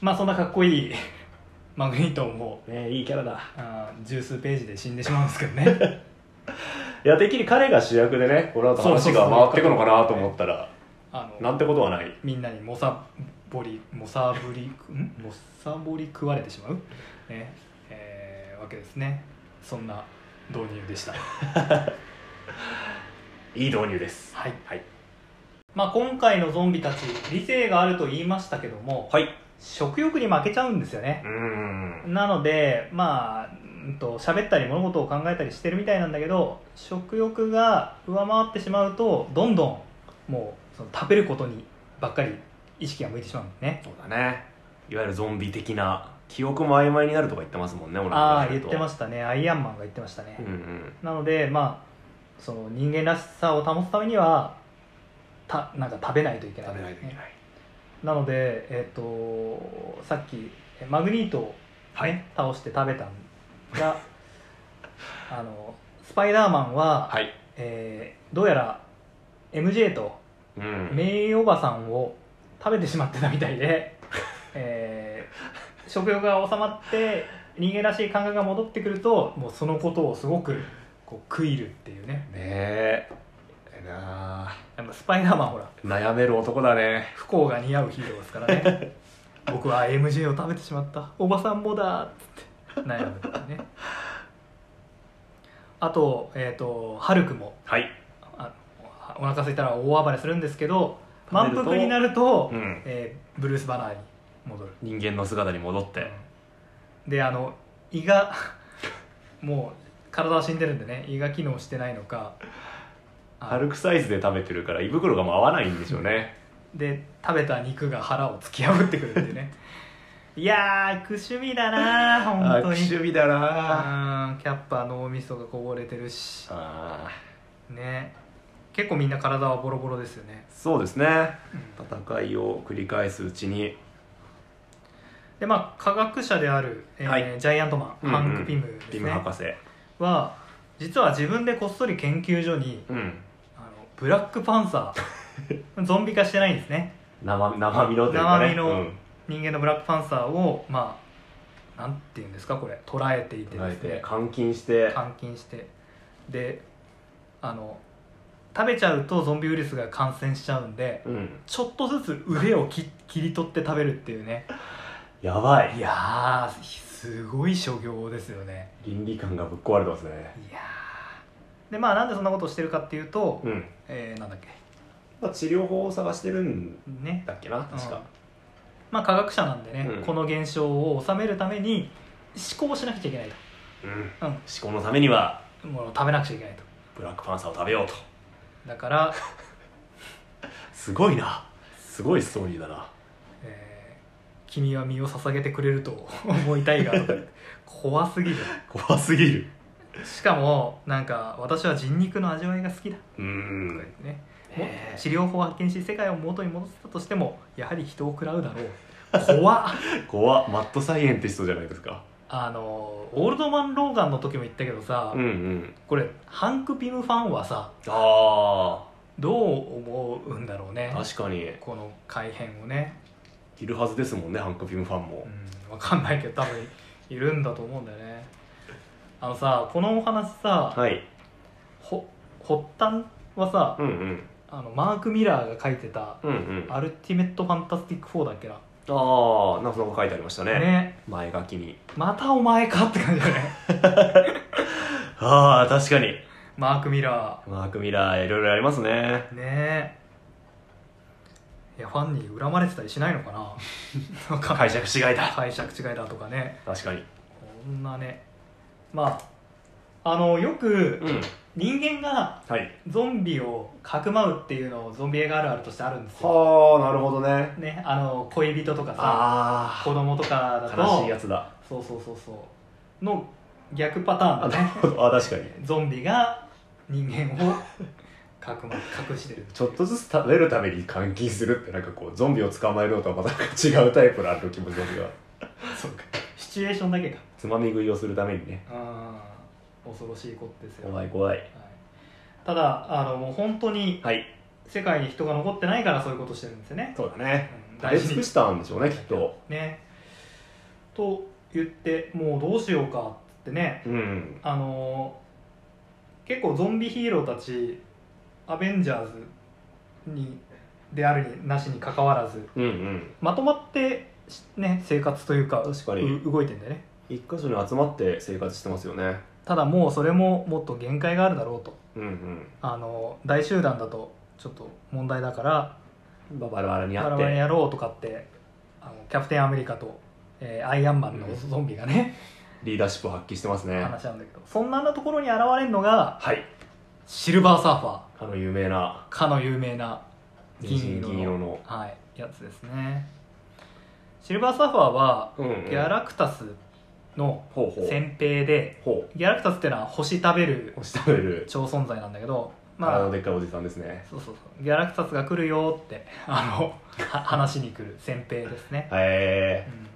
[SPEAKER 1] まあそんなかっこいい マグニートも
[SPEAKER 2] ねいいキャラだ
[SPEAKER 1] あー十数ページで死んでしまうんですけど ね
[SPEAKER 2] いやてっきり彼が主役でねこの後
[SPEAKER 1] そうそう
[SPEAKER 2] 話
[SPEAKER 1] そう
[SPEAKER 2] が回ってくのかなと思ったら
[SPEAKER 1] あの
[SPEAKER 2] なんてことはない
[SPEAKER 1] みんなにモサボリモサブリんモサボリ食われてしまう、ねえーわけですねそんな導入でした
[SPEAKER 2] いい導入です
[SPEAKER 1] はい、
[SPEAKER 2] はい
[SPEAKER 1] まあ、今回のゾンビたち理性があると言いましたけども
[SPEAKER 2] はいう
[SPEAKER 1] 食欲に負けちゃうんですよね
[SPEAKER 2] ーん
[SPEAKER 1] なのでまあうんと喋ったり物事を考えたりしてるみたいなんだけど食欲が上回ってしまうとどんどんもうその食べることにばっかり意識が向いてしまうんですね
[SPEAKER 2] そうだねいわゆるゾンビ的な記憶も曖昧になるとか言ってますもんね俺
[SPEAKER 1] ああ言ってま
[SPEAKER 2] し
[SPEAKER 1] したねアイアンマンが言ってましたね、
[SPEAKER 2] うんうん
[SPEAKER 1] なのでまあその人間らしさを保つためにはたなんか食べないといけない
[SPEAKER 2] 食べないといけない
[SPEAKER 1] なので、えっとさっきえマグニートを、ね
[SPEAKER 2] はい
[SPEAKER 1] 倒して食べたんが あのスパイダーマンは、
[SPEAKER 2] はい
[SPEAKER 1] えーどうやら MJ と
[SPEAKER 2] うん
[SPEAKER 1] メイおばさんを食べてしまってたみたい で、えー食欲が収まって人間らしい感覚が戻ってくるともうそのことをすごくこう食い入るっていうね
[SPEAKER 2] ねええなあ
[SPEAKER 1] やっぱスパイダーマンほら
[SPEAKER 2] 悩める男だね
[SPEAKER 1] 不幸が似合うヒーローですからね 僕は MJ を食べてしまったおばさんもだっつって悩むっていうねあと,、えー、とハルクも
[SPEAKER 2] はい
[SPEAKER 1] あお腹空いたら大暴れするんですけど満
[SPEAKER 2] 食べると
[SPEAKER 1] 腹になると、
[SPEAKER 2] うん
[SPEAKER 1] えーブルース・バナーに戻る
[SPEAKER 2] 人間の姿に戻って
[SPEAKER 1] であの胃がもう体は死んでるんでね胃が機能してないのかあ
[SPEAKER 2] 軽くサイズで食べてるから胃袋がもう合わないんでしょうね
[SPEAKER 1] で食べた肉が腹を突き破ってくるっていう ねいやー悪趣味だな
[SPEAKER 2] あ
[SPEAKER 1] ー本当
[SPEAKER 2] くし
[SPEAKER 1] に
[SPEAKER 2] ゅみだ
[SPEAKER 1] う
[SPEAKER 2] なあ
[SPEAKER 1] ーんキャッパー脳みそがこぼれてるし
[SPEAKER 2] あ
[SPEAKER 1] ね結構みんな体はボロボロですよね、
[SPEAKER 2] そうですね
[SPEAKER 1] うん
[SPEAKER 2] 戦いを繰り返すうちに
[SPEAKER 1] でまあ科学者である、えー
[SPEAKER 2] はい
[SPEAKER 1] ジャイアントマン、
[SPEAKER 2] うんうん
[SPEAKER 1] ハンク・ピムです
[SPEAKER 2] ピ
[SPEAKER 1] ね
[SPEAKER 2] ム博士
[SPEAKER 1] は実は自分でこっそり研究所に
[SPEAKER 2] うん
[SPEAKER 1] あのブラックパンサ ーゾンビ化してないんですね
[SPEAKER 2] 生生身のというかね
[SPEAKER 1] 生身の
[SPEAKER 2] うん
[SPEAKER 1] 人間のブラックパンサーを、まあ、なんていうんですかこれ捉えていて
[SPEAKER 2] あえ
[SPEAKER 1] です
[SPEAKER 2] て
[SPEAKER 1] ね
[SPEAKER 2] 監禁して
[SPEAKER 1] 監禁してであの食べちゃうとゾンビウイルスが感染しちゃうんで
[SPEAKER 2] うん
[SPEAKER 1] ちょっとずつ腕をき切り取って食べるっていうね
[SPEAKER 2] やば
[SPEAKER 1] い
[SPEAKER 2] い
[SPEAKER 1] やーすごい所業ですよね
[SPEAKER 2] 倫理観がぶっ壊れてますね
[SPEAKER 1] いやーでまあなんでそんなことをしてるかっていうと、
[SPEAKER 2] うん、
[SPEAKER 1] えーなんだっけ
[SPEAKER 2] まあ、治療法を探してるん
[SPEAKER 1] ね
[SPEAKER 2] だっけな確
[SPEAKER 1] うん
[SPEAKER 2] か、
[SPEAKER 1] まあ科学者なんでね、
[SPEAKER 2] うん
[SPEAKER 1] この現象を収めるために思考をしなくちゃいけない
[SPEAKER 2] うん
[SPEAKER 1] と、
[SPEAKER 2] 思考のためには
[SPEAKER 1] うん、ものを食べなくちゃいけないと
[SPEAKER 2] ブラックパンサーを食べようと
[SPEAKER 1] だから、
[SPEAKER 2] すごいなすごいストーリーだな
[SPEAKER 1] えー君は身を捧げてくれると 思いたいが」とか言 って怖すぎる
[SPEAKER 2] 怖すぎる
[SPEAKER 1] しかもなんか「私は人肉の味わいが好きだ」
[SPEAKER 2] う
[SPEAKER 1] とか言っ
[SPEAKER 2] ん
[SPEAKER 1] てね、も
[SPEAKER 2] ねえ
[SPEAKER 1] 治療法を発見し世界を元に戻せたとしてもやはり人を食らうだろ う怖っ
[SPEAKER 2] 怖っマットサイエンティストじゃないですか
[SPEAKER 1] あのオールドマン・ローガンの時も言ったけどさ、
[SPEAKER 2] うんうん
[SPEAKER 1] これハンク・ピムファンはさ
[SPEAKER 2] あ
[SPEAKER 1] どう思うんだろうね
[SPEAKER 2] あ確かに
[SPEAKER 1] この改変をね、
[SPEAKER 2] いるはずですもんねハンク・ピムファンも
[SPEAKER 1] うん、わかんないけど多分いるんだと思うんだよねあのさこのお話さ、
[SPEAKER 2] はい
[SPEAKER 1] ほ発端はさ、
[SPEAKER 2] うんうん
[SPEAKER 1] あのマーク・ミラーが書いてた
[SPEAKER 2] うんう
[SPEAKER 1] 「
[SPEAKER 2] んあ
[SPEAKER 1] アルティメット・ファンタスティック4」だっけな
[SPEAKER 2] あなんかそんなこと書いてありましたね
[SPEAKER 1] ね
[SPEAKER 2] 前書きに
[SPEAKER 1] またお前かって感じだね
[SPEAKER 2] ああ確かに
[SPEAKER 1] マーク・ミラ
[SPEAKER 2] マーク・ミラーいろいろありますね
[SPEAKER 1] ーねえいやファンに恨まれてたりしないのかななんか
[SPEAKER 2] 解釈違いだ
[SPEAKER 1] 解釈違いだとかね
[SPEAKER 2] 確かに
[SPEAKER 1] こんなねまああのよく
[SPEAKER 2] うん
[SPEAKER 1] 人間が
[SPEAKER 2] はい
[SPEAKER 1] ゾンビをかくまうっていうのをゾンビ映画あるあるとしてあるんですよ、
[SPEAKER 2] はあなるほどね
[SPEAKER 1] ね、あの恋人とかさ
[SPEAKER 2] あ
[SPEAKER 1] 子供とかだと
[SPEAKER 2] あ悲しいやつだ
[SPEAKER 1] そうそうそうそうの逆パターンだね
[SPEAKER 2] あ確かに
[SPEAKER 1] ゾンビが人間をか くま隠してる
[SPEAKER 2] ちょっとずつ食べるために監禁するってなんかこうゾンビを捕まえるのとはまた違うタイプのある気持ちが
[SPEAKER 1] そうかシチュエーションだけか
[SPEAKER 2] つまみ食いをするためにね
[SPEAKER 1] うん恐ろしいことですよ、
[SPEAKER 2] 怖
[SPEAKER 1] はい
[SPEAKER 2] い怖い
[SPEAKER 1] ただあのもう本当に
[SPEAKER 2] はい
[SPEAKER 1] 世界に人が残ってないからそういうことしてるんですよね、
[SPEAKER 2] そうだね
[SPEAKER 1] うん
[SPEAKER 2] 食べ尽くしたんでしょうねきっと
[SPEAKER 1] ねと言ってもうどうしようかってね
[SPEAKER 2] うん
[SPEAKER 1] あのー結構ゾンビヒーローたちアベンジャーズにであるになしに関わらず
[SPEAKER 2] うんうん
[SPEAKER 1] まとまってしね生活というか
[SPEAKER 2] 確かに
[SPEAKER 1] う動いてんだよね
[SPEAKER 2] 一箇所に集まって生活してますよね
[SPEAKER 1] ただもうそれももっと限界があるだろうと
[SPEAKER 2] うん
[SPEAKER 1] あのー大集団だとちょっと問題だから
[SPEAKER 2] うんバラバラに
[SPEAKER 1] 我
[SPEAKER 2] あっ
[SPEAKER 1] 々
[SPEAKER 2] て
[SPEAKER 1] やろうとかってあのキャプテンアメリカと、えーアイアンマンのゾンビがね、
[SPEAKER 2] リーダーシップを発揮してますね
[SPEAKER 1] 話なんだけどそんなところに現れるのが
[SPEAKER 2] はい
[SPEAKER 1] シルバーサーファー
[SPEAKER 2] あの有名な
[SPEAKER 1] かの有名な銀
[SPEAKER 2] 銀
[SPEAKER 1] 色の
[SPEAKER 2] 色の
[SPEAKER 1] はい、やつですねシルバーサーファーは
[SPEAKER 2] うんう
[SPEAKER 1] ギ
[SPEAKER 2] ん
[SPEAKER 1] ャラクタスの
[SPEAKER 2] ほうほう
[SPEAKER 1] 先兵で
[SPEAKER 2] ほ
[SPEAKER 1] ギャラクタスってのは星食べる
[SPEAKER 2] う押し食べる
[SPEAKER 1] 超存在なんだけど
[SPEAKER 2] 体
[SPEAKER 1] ま
[SPEAKER 2] の
[SPEAKER 1] あ
[SPEAKER 2] でっかいおじさんですね
[SPEAKER 1] そうそうそうギャラクタスが来るよってあのは話しに来る先兵ですね、
[SPEAKER 2] へ
[SPEAKER 1] う
[SPEAKER 2] え
[SPEAKER 1] ん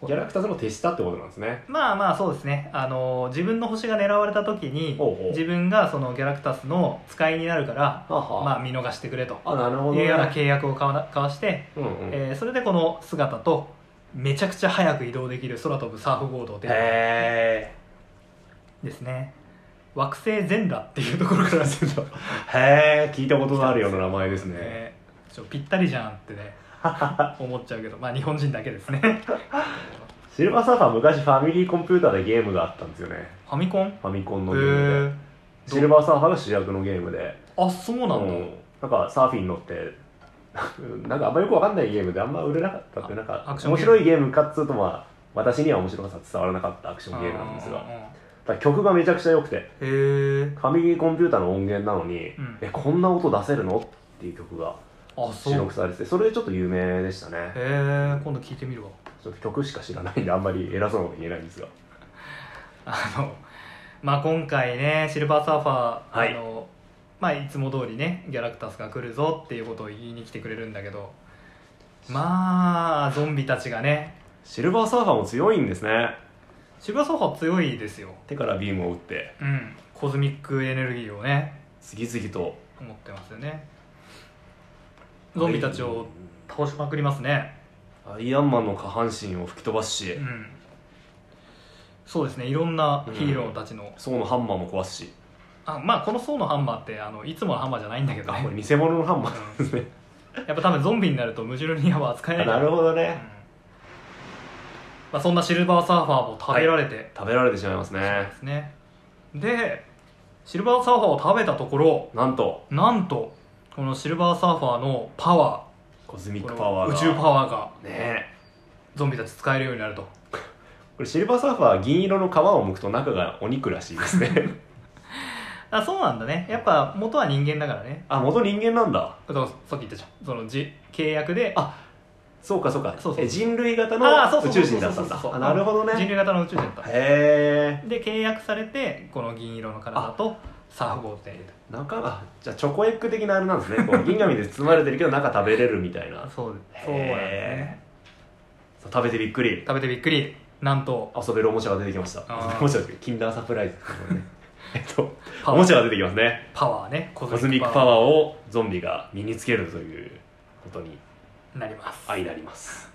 [SPEAKER 1] こう
[SPEAKER 2] ギャラクタスの手下ってことなんですね
[SPEAKER 1] まあまあそうですねあの自分の星が狙われた時に
[SPEAKER 2] ほうほう
[SPEAKER 1] 自分がそのギャラクタスの使いになるから
[SPEAKER 2] はは
[SPEAKER 1] まあ見逃してくれと
[SPEAKER 2] あなるほど
[SPEAKER 1] いう
[SPEAKER 2] ね
[SPEAKER 1] ような契約を交わ交わして
[SPEAKER 2] うんうんへ
[SPEAKER 1] えーそれでこの姿とめちゃくちゃ早く移動できる空飛ぶサーフボードで
[SPEAKER 2] え
[SPEAKER 1] ですね惑星全裸っていうところからすると、
[SPEAKER 2] へえ聞いたことのあるような名前ですね
[SPEAKER 1] ねちょぴったりじゃんって ね思っちゃうけどまあ日本人だけですねフ
[SPEAKER 2] シルバーサーファー昔ファミリーコンピューターでゲームがあったんですよね
[SPEAKER 1] ァミコンへ
[SPEAKER 2] ファミコンのゲーム
[SPEAKER 1] え
[SPEAKER 2] でシルバーサーファーが主役のゲームで
[SPEAKER 1] あそうなんだ、
[SPEAKER 2] うんなんかサーフィンに乗ってなんかあんまよくわかんないゲームであんま売れなかったってなん
[SPEAKER 1] ア
[SPEAKER 2] か
[SPEAKER 1] クションゲ
[SPEAKER 2] 面
[SPEAKER 1] ーム
[SPEAKER 2] 白いゲームかっつうとまあ私には面白さ伝わらなかったアクションゲームなんですが
[SPEAKER 1] う
[SPEAKER 2] だ
[SPEAKER 1] んうんうん
[SPEAKER 2] から曲がめちゃくちゃ良くて
[SPEAKER 1] へえ
[SPEAKER 2] ファミリーコンピューターの音源なのに、
[SPEAKER 1] うん
[SPEAKER 2] えこんな音出せるのっていう曲が
[SPEAKER 1] あそう
[SPEAKER 2] 収
[SPEAKER 1] へ
[SPEAKER 2] 録されててそれでちょっと有名でしたね
[SPEAKER 1] え今度聞いてみるわ
[SPEAKER 2] ちょっと曲しか知らないんであんまり偉そうなこと言えないんですが
[SPEAKER 1] あのまあ今回ねシルバーサーファー、
[SPEAKER 2] はい
[SPEAKER 1] あのまあいつも通りねギャラクタスが来るぞっていうことを言いに来てくれるんだけどまあゾンビたちがね
[SPEAKER 2] シルバーサーファーも強いんですね
[SPEAKER 1] シルバーサーファー強いですよ
[SPEAKER 2] 手からビームを打って
[SPEAKER 1] うんコズミックエネルギーをね
[SPEAKER 2] 次々と
[SPEAKER 1] 持ってますよねゾンビたちを倒しまくりますね
[SPEAKER 2] アイアンマンの下半身を吹き飛ばすし、
[SPEAKER 1] うん、そうですねいろんなヒーローたちの、
[SPEAKER 2] ソーのハンマーも壊すし、
[SPEAKER 1] あまあこの「ソーのハンマー」ってあのいつものハンマーじゃないんだけど
[SPEAKER 2] あこ
[SPEAKER 1] ね
[SPEAKER 2] れ偽物のハンマーですね、
[SPEAKER 1] やっぱ多分ゾンビになるとムジュルニアは扱え な
[SPEAKER 2] あ
[SPEAKER 1] い
[SPEAKER 2] なるほどね
[SPEAKER 1] まあ、そんなシルバーサーファーも食べられて、
[SPEAKER 2] 食べられてしまいます
[SPEAKER 1] で
[SPEAKER 2] ね
[SPEAKER 1] すねでシルバーサーファーを食べたところ
[SPEAKER 2] なんと
[SPEAKER 1] なんとこのシルバーサーファーのパワ
[SPEAKER 2] コズミ
[SPEAKER 1] ー
[SPEAKER 2] ックパワー
[SPEAKER 1] こ
[SPEAKER 2] が
[SPEAKER 1] の宇宙パワーが
[SPEAKER 2] ねえ
[SPEAKER 1] ゾンビたち使えるようになると
[SPEAKER 2] これシルバーサーファー銀色の皮を剥くと中がお肉らしいで すね
[SPEAKER 1] あそうなんだねやっぱ元は人間だからね
[SPEAKER 2] あ元人間なんだ
[SPEAKER 1] だからさっき言ったじゃんそのじ契約で
[SPEAKER 2] あそうかそうか
[SPEAKER 1] そうそう
[SPEAKER 2] え人類型
[SPEAKER 1] あーそ
[SPEAKER 2] の
[SPEAKER 1] うそう
[SPEAKER 2] 宇
[SPEAKER 1] そうそう
[SPEAKER 2] 宙人だったん
[SPEAKER 1] そ
[SPEAKER 2] だ
[SPEAKER 1] うそうそう
[SPEAKER 2] あなるほど
[SPEAKER 1] 人
[SPEAKER 2] ね
[SPEAKER 1] 類型の宇宙人だった
[SPEAKER 2] へえ
[SPEAKER 1] で契約されてこの銀色の体とサーフボードで
[SPEAKER 2] なんかあじゃあチョコエッグ的なあれなんですねこう銀紙で包まれてるけど中食べれるみたいな
[SPEAKER 1] そう
[SPEAKER 2] へー
[SPEAKER 1] そうなんですね
[SPEAKER 2] そう食べてびっくり
[SPEAKER 1] 食べてびっくりなんと
[SPEAKER 2] 遊べるおもちゃが出てきました
[SPEAKER 1] あー
[SPEAKER 2] おもちゃですけどキンダーサプライズです けどねえっと
[SPEAKER 1] パ
[SPEAKER 2] お
[SPEAKER 1] ワ
[SPEAKER 2] も
[SPEAKER 1] ー
[SPEAKER 2] ちゃが出てきますね
[SPEAKER 1] パワーねコ
[SPEAKER 2] コズミックパワーをゾンビが身につけるということに
[SPEAKER 1] ーになります
[SPEAKER 2] 相なります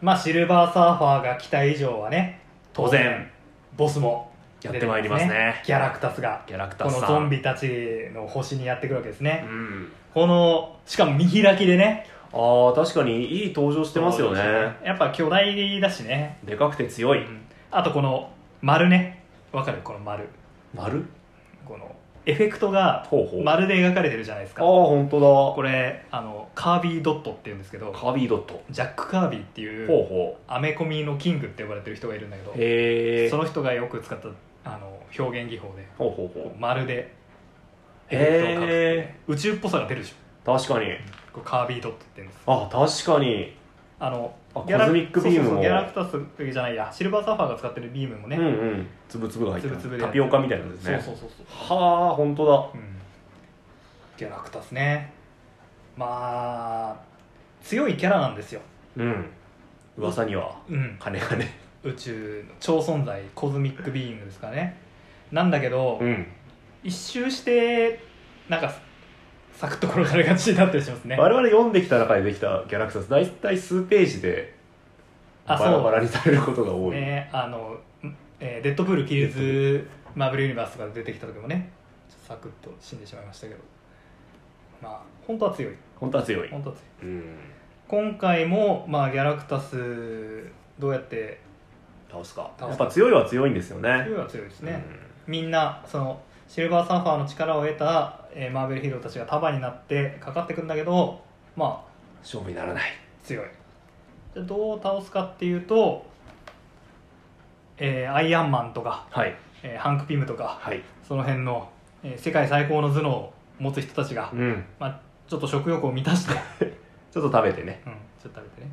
[SPEAKER 1] まあシルバーサーファーが来た以上はね
[SPEAKER 2] 当然
[SPEAKER 1] ボスも
[SPEAKER 2] やってまいりますね
[SPEAKER 1] ギャラクタスが
[SPEAKER 2] キャラクタ
[SPEAKER 1] こ
[SPEAKER 2] ーさん
[SPEAKER 1] のゾンビたちの星にやってくるわけですね、
[SPEAKER 2] うん
[SPEAKER 1] このしかも見開きでね
[SPEAKER 2] ああ確かにいい登場してますよね
[SPEAKER 1] やっぱ巨大だしね、
[SPEAKER 2] でかくて強
[SPEAKER 1] う
[SPEAKER 2] い
[SPEAKER 1] んあとこの丸ねわかるこの丸
[SPEAKER 2] 丸
[SPEAKER 1] このエフェクトが
[SPEAKER 2] ほうほうあ
[SPEAKER 1] 丸で描かれてるじゃないです
[SPEAKER 2] あー
[SPEAKER 1] か
[SPEAKER 2] 本当
[SPEAKER 1] これあのカービードットっていうんですけど
[SPEAKER 2] だカービィドット
[SPEAKER 1] ジャック・カービーって
[SPEAKER 2] ほ
[SPEAKER 1] いう
[SPEAKER 2] うほ
[SPEAKER 1] アメコミのキングって呼ばれてる人がいるんだけど
[SPEAKER 2] うへえ
[SPEAKER 1] その人がよく使ったあの表現技法で
[SPEAKER 2] ほうほう
[SPEAKER 1] こ
[SPEAKER 2] ほ
[SPEAKER 1] う丸で
[SPEAKER 2] う
[SPEAKER 1] エフェクトを描くっていう
[SPEAKER 2] へ
[SPEAKER 1] ね宇宙っぽさが出るでしょ
[SPEAKER 2] え確かに
[SPEAKER 1] これカービードットって言うんです
[SPEAKER 2] あ確かに
[SPEAKER 1] あの
[SPEAKER 2] あ
[SPEAKER 1] ャラ
[SPEAKER 2] コズミックビームも
[SPEAKER 1] そうそうそうギャラクタスだけじゃないやシルバーサーファーが使ってるビームもね、
[SPEAKER 2] うんうんつぶつぶが入ってる
[SPEAKER 1] 粒々で
[SPEAKER 2] タピオカみたいなんです
[SPEAKER 1] そう
[SPEAKER 2] ね
[SPEAKER 1] そうそうそう
[SPEAKER 2] はあ本当だ
[SPEAKER 1] うんギャラクタスねまあ強いキャラなんですよ、
[SPEAKER 2] うん噂には
[SPEAKER 1] うん、
[SPEAKER 2] 金がね
[SPEAKER 1] 宇宙の超存在コズミックビーイングですかねなんだけど、
[SPEAKER 2] ん
[SPEAKER 1] 一周してなんかサクッと転がる感じになってしますね
[SPEAKER 2] 我々読んできた中でできたギャラクタス大体数ページで
[SPEAKER 1] あ
[SPEAKER 2] バ
[SPEAKER 1] そう
[SPEAKER 2] ラバラにされることが多い
[SPEAKER 1] ねあの、んえーデッドブルキルズマーブルユニバース」とか出てきた時もねサクッと死んでしまいましたけどまあ本当は強い
[SPEAKER 2] 本当は強い
[SPEAKER 1] 本当は強い
[SPEAKER 2] うん
[SPEAKER 1] 今回もまあギャラクタスどうやって
[SPEAKER 2] 倒すか
[SPEAKER 1] 倒すか
[SPEAKER 2] やっぱ強いは強いんですよね
[SPEAKER 1] 強いは強いですね、
[SPEAKER 2] うん
[SPEAKER 1] みんなそのシルバーサーファーの力を得た、えーマーベルヒーローたちが束になってかかってくんだけどまあ
[SPEAKER 2] 勝負にならない
[SPEAKER 1] 強いじゃあどう倒すかっていうと、えーアイアンマンとか、
[SPEAKER 2] はい
[SPEAKER 1] えーハンク・ピムとか
[SPEAKER 2] はい
[SPEAKER 1] その辺の、えー世界最高の頭脳を持つ人たちが、
[SPEAKER 2] うん
[SPEAKER 1] まあ、ちょっと食欲を満たして、
[SPEAKER 2] ちょっと食べてね
[SPEAKER 1] うん、ちょっと食べてね、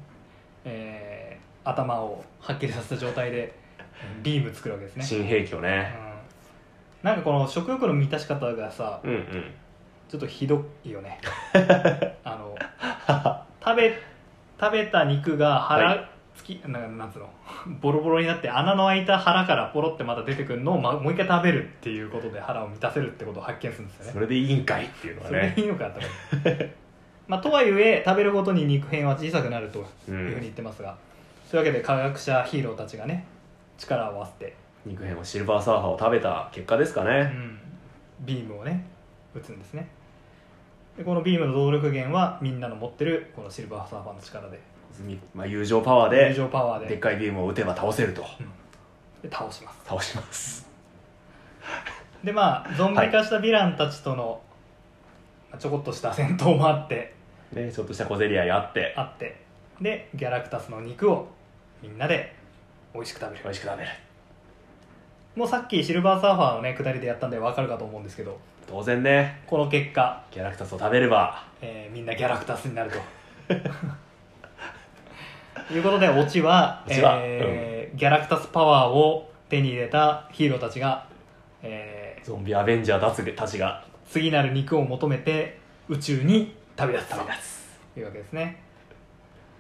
[SPEAKER 1] えー頭をはっきりさせた状態でビーム作るわけですね、
[SPEAKER 2] 新兵器を
[SPEAKER 1] うん
[SPEAKER 2] ね、
[SPEAKER 1] なんかこの食欲の満たし方がさ
[SPEAKER 2] うんうん
[SPEAKER 1] ちょっとひどいよ ねあの食べ食べた肉が
[SPEAKER 2] は
[SPEAKER 1] 腹つき、なんなんつうのボロボロになって穴の開いた腹からポロってまた出てくるのを、ま、もう一回食べるっていうことで腹を満たせるってことを発見するんですよね
[SPEAKER 2] それでいいんかいっていうのは
[SPEAKER 1] それ
[SPEAKER 2] ね
[SPEAKER 1] でいいのかと思って まあとはいえ食べるごとに肉片は小さくなるという
[SPEAKER 2] う
[SPEAKER 1] ふうに
[SPEAKER 2] ん
[SPEAKER 1] 言ってますが、というわけで科学者ヒーローたちがね力を合わせて、
[SPEAKER 2] 肉片はシルバーサーファーを食べた結果ですか
[SPEAKER 1] う
[SPEAKER 2] ね
[SPEAKER 1] んビームをね打つんですねでこのビームの動力源はみんなの持ってるこのシルバーサーファーの力で
[SPEAKER 2] まあ、友情パワー
[SPEAKER 1] 友
[SPEAKER 2] で
[SPEAKER 1] 情パワー
[SPEAKER 2] でっ
[SPEAKER 1] で
[SPEAKER 2] かいビームを打てば倒せると
[SPEAKER 1] で倒します
[SPEAKER 2] 倒します
[SPEAKER 1] でまあゾンビ化したヴィランたちとの、まあちょこっとした戦闘もあって
[SPEAKER 2] ねちょっとした小競り合いあって
[SPEAKER 1] あってでギャラクタスの肉をみんなで美味しく食べる
[SPEAKER 2] 美味しく食べる
[SPEAKER 1] もうさっきシルバーサーファーのね下りでやったんでわかるかと思うんですけど
[SPEAKER 2] 当然ね
[SPEAKER 1] この結果、
[SPEAKER 2] ギャラクタスを食べれば
[SPEAKER 1] えーみんなギャラクタスになる ということでオチは
[SPEAKER 2] オチは
[SPEAKER 1] えーギャラクタスパワーを手に入れたヒーローたちが、え
[SPEAKER 2] ゾンビアベンジャーたちたちが
[SPEAKER 1] ー次なる肉を求めて宇宙に旅立つと
[SPEAKER 2] 旅立つ
[SPEAKER 1] いうわけですね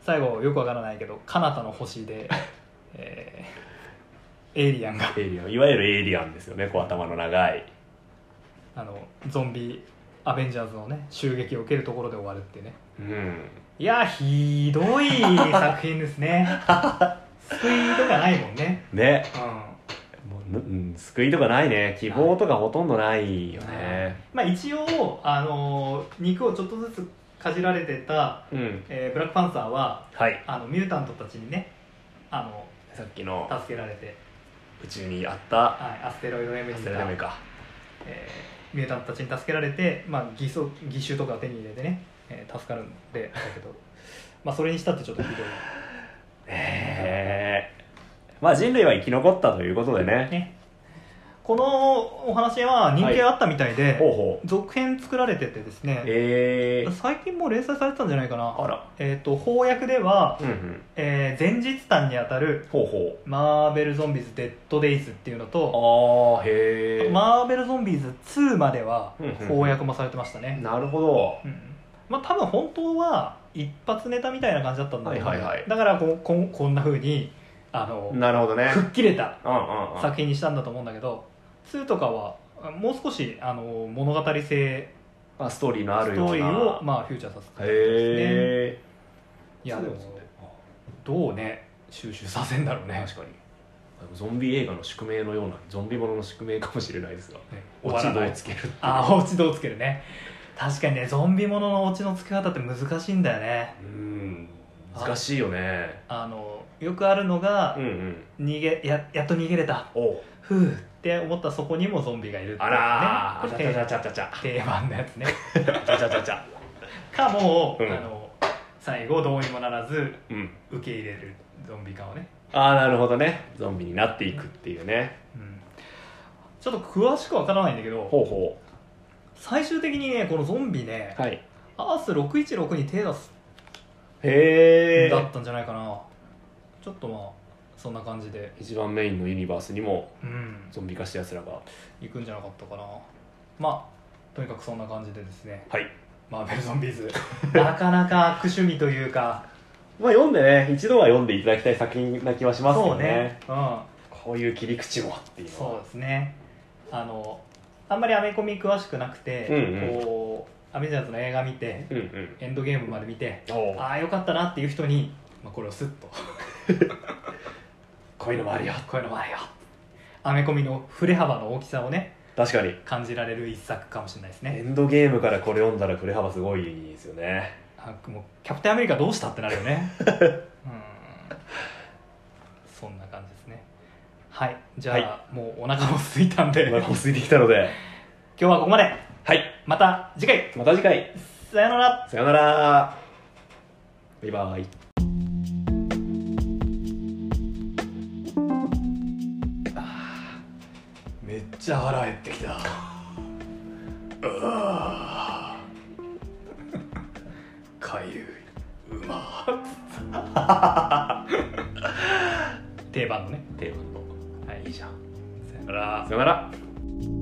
[SPEAKER 1] 最後よくわからないけど彼方の星で、えーエイリアンが
[SPEAKER 2] エイリアンいわゆるエイリアンですよねこう頭の長い
[SPEAKER 1] あのゾンビアベンジャーズのね襲撃を受けるところで終わるっていうね
[SPEAKER 2] うん
[SPEAKER 1] いやひどい作品です ね救いとかないもんね
[SPEAKER 2] ね
[SPEAKER 1] うん
[SPEAKER 2] もうぬうん救いとかないね希望とかほとんどないよね、
[SPEAKER 1] まあ一応あのー肉をちょっとずつかじられてた、
[SPEAKER 2] うん
[SPEAKER 1] えーブラックパンサーは
[SPEAKER 2] はい
[SPEAKER 1] あのミュータントたちにねあの
[SPEAKER 2] さっきの
[SPEAKER 1] 助けられて、
[SPEAKER 2] 宇宙にあった
[SPEAKER 1] はい、アステロイド M
[SPEAKER 2] ア
[SPEAKER 1] に
[SPEAKER 2] ス
[SPEAKER 1] い
[SPEAKER 2] テ
[SPEAKER 1] た
[SPEAKER 2] ラダメか
[SPEAKER 1] えーミュータントたちに助けられて、まあ、義足義手とか手に入れてね、えー助かるんでだけど まあそれにしたってちょっとひどい
[SPEAKER 2] ええまあ人類は生き残ったということでね
[SPEAKER 1] ねこのお話は人気あったみたいで、
[SPEAKER 2] ほうほう
[SPEAKER 1] 続編作られててですね
[SPEAKER 2] ええ
[SPEAKER 1] 最近もう連載されてたんじゃないかな
[SPEAKER 2] あら
[SPEAKER 1] えっ、と翻訳では、
[SPEAKER 2] うんうん
[SPEAKER 1] えー前日譚にあたる
[SPEAKER 2] ほうほ
[SPEAKER 1] マーベルゾンビーズ・デッド・デイズっていうのと
[SPEAKER 2] うああ
[SPEAKER 1] あ
[SPEAKER 2] へえ
[SPEAKER 1] とマーベルゾンビーズ2までは
[SPEAKER 2] うんうんうん
[SPEAKER 1] 翻訳もされてましたね、
[SPEAKER 2] なるほど
[SPEAKER 1] うんまあ多分本当は一発ネタみたいな感じだったんだけど、
[SPEAKER 2] はいはいはい
[SPEAKER 1] だからここんこんなふうにあの
[SPEAKER 2] なるほどね
[SPEAKER 1] 吹っ切れた
[SPEAKER 2] うんうんうん
[SPEAKER 1] 作品にしたんだと思うんだけど2とかはもう少しあの物語性
[SPEAKER 2] まあストーリーのあ
[SPEAKER 1] ス
[SPEAKER 2] るような
[SPEAKER 1] トーリーをまあフューチャーさせてですね
[SPEAKER 2] へえ
[SPEAKER 1] いやでも
[SPEAKER 2] そうですね
[SPEAKER 1] どうね収集させんだろうね
[SPEAKER 2] 確かにゾンビ映画の宿命のようなゾンビものの宿命かもしれないですが
[SPEAKER 1] ね
[SPEAKER 2] 落ち度をつけるっていう
[SPEAKER 1] あ落ち度をつけるね確かにねゾンビものの落ちのつけ方って難しいんだよね
[SPEAKER 2] うん難しいよね
[SPEAKER 1] あのよくあるのが
[SPEAKER 2] うんうん
[SPEAKER 1] 逃げややっと逃げれた
[SPEAKER 2] おう
[SPEAKER 1] ふうって思ったそこにもゾンビがいるってい
[SPEAKER 2] あ
[SPEAKER 1] う
[SPEAKER 2] らーあ
[SPEAKER 1] ねこ
[SPEAKER 2] ち
[SPEAKER 1] れ
[SPEAKER 2] ゃち
[SPEAKER 1] 定
[SPEAKER 2] ゃちゃちゃちゃ
[SPEAKER 1] 定番のやつ ね
[SPEAKER 2] ちゃちゃちゃちゃ
[SPEAKER 1] かもう、
[SPEAKER 2] うん
[SPEAKER 1] あの最後どうにもならず
[SPEAKER 2] うん
[SPEAKER 1] 受け入れるゾンビ化をね、
[SPEAKER 2] ああなるほどねゾンビになっていくっていうね
[SPEAKER 1] うん、ちょっと詳しくわからないんだけど
[SPEAKER 2] ほうほ
[SPEAKER 1] 最終的にねこのゾンビね、
[SPEAKER 2] うはい
[SPEAKER 1] アース616に手出す
[SPEAKER 2] へ
[SPEAKER 1] だ
[SPEAKER 2] え
[SPEAKER 1] ったんじゃないかなちょっとまあそんな感じで
[SPEAKER 2] 一番メインのユニバースにも
[SPEAKER 1] うん
[SPEAKER 2] ゾンビ化したやつらが
[SPEAKER 1] 行くんじゃなかったかなまあとにかくそんな感じでですね
[SPEAKER 2] はい
[SPEAKER 1] マーベルゾンビー ズなかなか悪趣味というか
[SPEAKER 2] まあ読んでね一度は読んでいただきたい作品な気はしますけ
[SPEAKER 1] そ
[SPEAKER 2] ど
[SPEAKER 1] う
[SPEAKER 2] ね
[SPEAKER 1] ねうん
[SPEAKER 2] こういう切り口もっていうの
[SPEAKER 1] そう
[SPEAKER 2] は
[SPEAKER 1] ですねあのあんまりアメコミ詳しくなくて、
[SPEAKER 2] うんうん
[SPEAKER 1] こうアメジャーズの映画見て
[SPEAKER 2] うんうん
[SPEAKER 1] エンドゲームまで見て
[SPEAKER 2] おう
[SPEAKER 1] ああよかったなっていう人に、まあ、これをスッと
[SPEAKER 2] こういうのもあるよ
[SPEAKER 1] こういうのもあるよアメコミの振れ幅の大きさをね
[SPEAKER 2] 確かに
[SPEAKER 1] 感じられる一作かもしれないです
[SPEAKER 2] エ
[SPEAKER 1] ね
[SPEAKER 2] ンドゲームからこれ読んだら振れ幅すごいですよね
[SPEAKER 1] あもうキャプテンアメリカどうしたってなるよ ねうーんそんな感じですねはいじゃあ、
[SPEAKER 2] は
[SPEAKER 1] もうお腹も空いたんで
[SPEAKER 2] お
[SPEAKER 1] 今
[SPEAKER 2] 腹も空いてきたので
[SPEAKER 1] 日はここまで
[SPEAKER 2] はい
[SPEAKER 1] また次回
[SPEAKER 2] また次回
[SPEAKER 1] さよなら
[SPEAKER 2] さよならバイバイあーめっちゃ腹減ってきたあー海流うま
[SPEAKER 1] 定番のね
[SPEAKER 2] テーマの
[SPEAKER 1] はい
[SPEAKER 2] いいじゃん
[SPEAKER 1] さよなら
[SPEAKER 2] さよなら